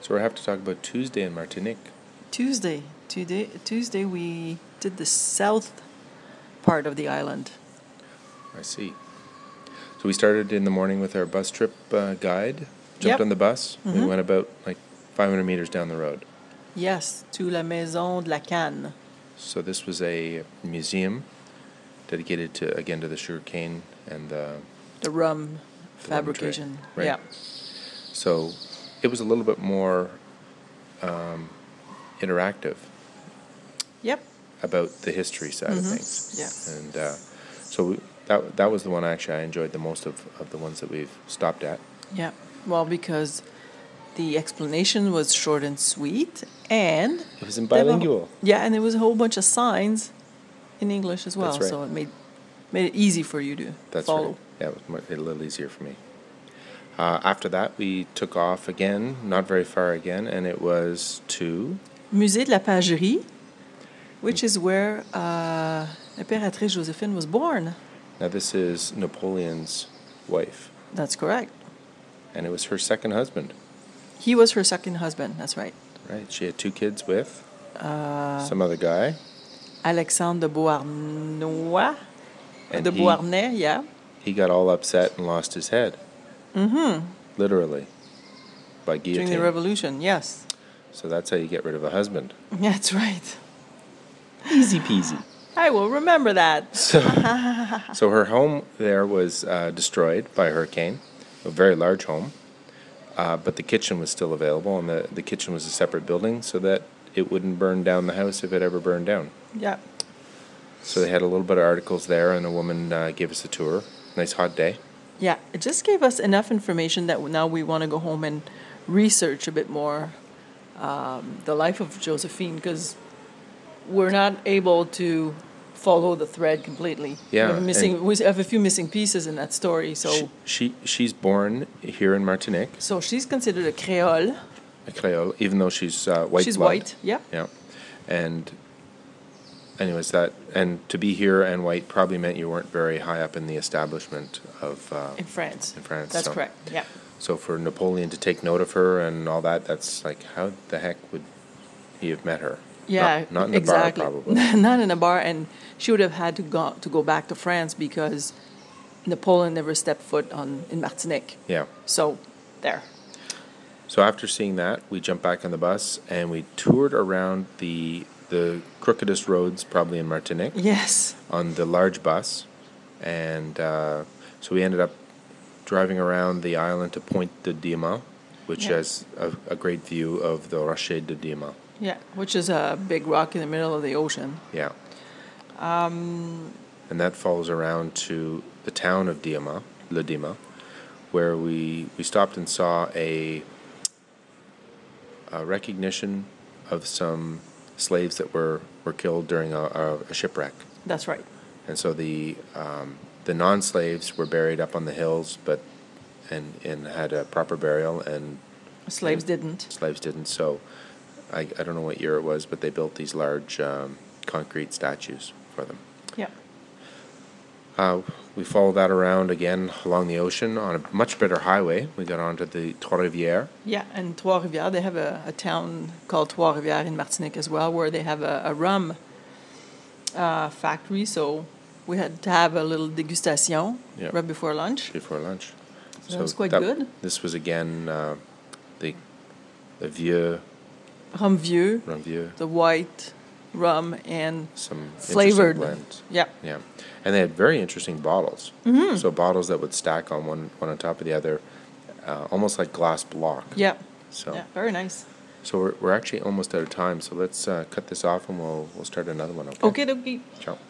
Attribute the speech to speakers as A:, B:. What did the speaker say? A: So we have to talk about Tuesday in Martinique.
B: Tuesday, today, Tuesday we did the south part of the island.
A: I see. So we started in the morning with our bus trip uh, guide. Jumped
B: Yep. Mm-hmm.
A: on the bus. We went about like 500 meters down the road.
B: Yes, to la maison de la canne.
A: So this was a museum dedicated to again to the sugar cane and the The
B: the rum
A: rum trade,
B: fabrication.
A: right.
B: Yeah.
A: so it was a little bit more um, interactive
B: Yep.
A: about the history side of things.
B: Mm-hmm. yeah.
A: And uh, so we, that that was the one actually I enjoyed the most of, of the ones that we've stopped at.
B: Yeah. Well, because the explanation was short and sweet, and
A: It was in
B: there were-
A: bilingual.
B: yeah, and there was a whole bunch of signs in English as well,
A: That's right.
B: so it made made it easy for you to
A: That's
B: follow.
A: right. Yeah, it was mu- a little easier for me. Uh, after that, we took off again, not very far again, and it was to
B: Musée de la Pagerie, which is where uh, Imperatrice Josephine was born.
A: now this is Napoleon's wife,
B: That's correct.
A: and it was her second husband.
B: He was her second husband. That's right.
A: Right. She had two kids with
B: Uh,
A: some other guy.
B: Alexandre de Beauharnois,
A: And
B: de
A: he-
B: Beauharnais, yeah.
A: He got all upset and lost his head. Mm-hmm. Literally. By guillotine.
B: During the revolution, yes.
A: so that's how you get rid of a husband.
B: That's right.
A: Easy peasy.
B: I will remember that.
A: So, so her home there was uh, destroyed by a hurricane, a very large home, uh, but the kitchen was still available, and the, the kitchen was a separate building so that it wouldn't burn down the house if it ever burned down.
B: Yeah.
A: So they had a little bit of articles there, and a woman uh, gave us a tour. Nice hot day.
B: Yeah. It just gave us enough information that now we want to go home and research a bit more um, the life of Josephine because we're not able to follow the thread completely.
A: Yeah,
B: We have, missing,
A: and-
B: we have a few missing pieces in that story. So,
A: She, she she's born here in Martinique,
B: so she's considered a Creole.
A: a Creole, even though she's uh, white.
B: she's
A: blood.
B: white. Yeah.
A: Yeah, and anyways, that and to be here and white probably meant you weren't very high up in the establishment of. Uh,
B: In France.
A: In France,
B: That's
A: so-
B: correct. Yeah.
A: so for Napoleon to take note of her and all that, that's like how the heck would he have met her?
B: Yeah,
A: not, not in
B: exactly.
A: the bar probably.
B: not in a bar, and she would have had to go to go back to France because Napoleon never stepped foot on in Martinique.
A: yeah.
B: So there,
A: So after seeing that, we jumped back on the bus and we toured around the the crookedest roads probably in Martinique.
B: yes,
A: on the large bus, and uh, so we ended up driving around the island to Pointe de Diamant, which
B: Yeah.
A: has a, a great view of the Rocher de Diamant.
B: yeah, which is a big rock in the middle of the ocean.
A: Yeah. Um, and that follows around to the town of Diamant, Le Diamant, where we, we stopped and saw a, a recognition of some slaves that were, were killed during a, a, a shipwreck.
B: That's right.
A: And so the um, the non-slaves were buried up on the hills, but and and had a proper burial, and
B: Slaves didn't.
A: slaves didn't. So I, I don't know what year it was, but they built these large um, concrete statues for them.
B: Yeah,
A: Uh, we followed that around again along the ocean on a much better highway. We got onto the Trois Rivières.
B: yeah, and Trois Rivières. They have a, a town called Trois Rivières in Martinique as well, where they have a, a rum uh, factory. So we had to have a little degustation
A: Yeah.
B: right before lunch.
A: before lunch.
B: So that was quite good.
A: This was again uh, the the vieux,
B: Rum vieux.
A: Rhum vieux,
B: the white rum and
A: some interesting
B: flavored.
A: blends.
B: Yeah,
A: Yeah, and they had very interesting bottles.
B: Mm-hmm.
A: So bottles that would stack on one one on top of the other, uh, almost like glass block.
B: yeah,
A: So
B: yeah. Very nice.
A: so we're, we're actually almost out of time. So let's uh, cut this off and we'll we'll start another one. Okay.
B: Okay, dokie.
A: Ciao.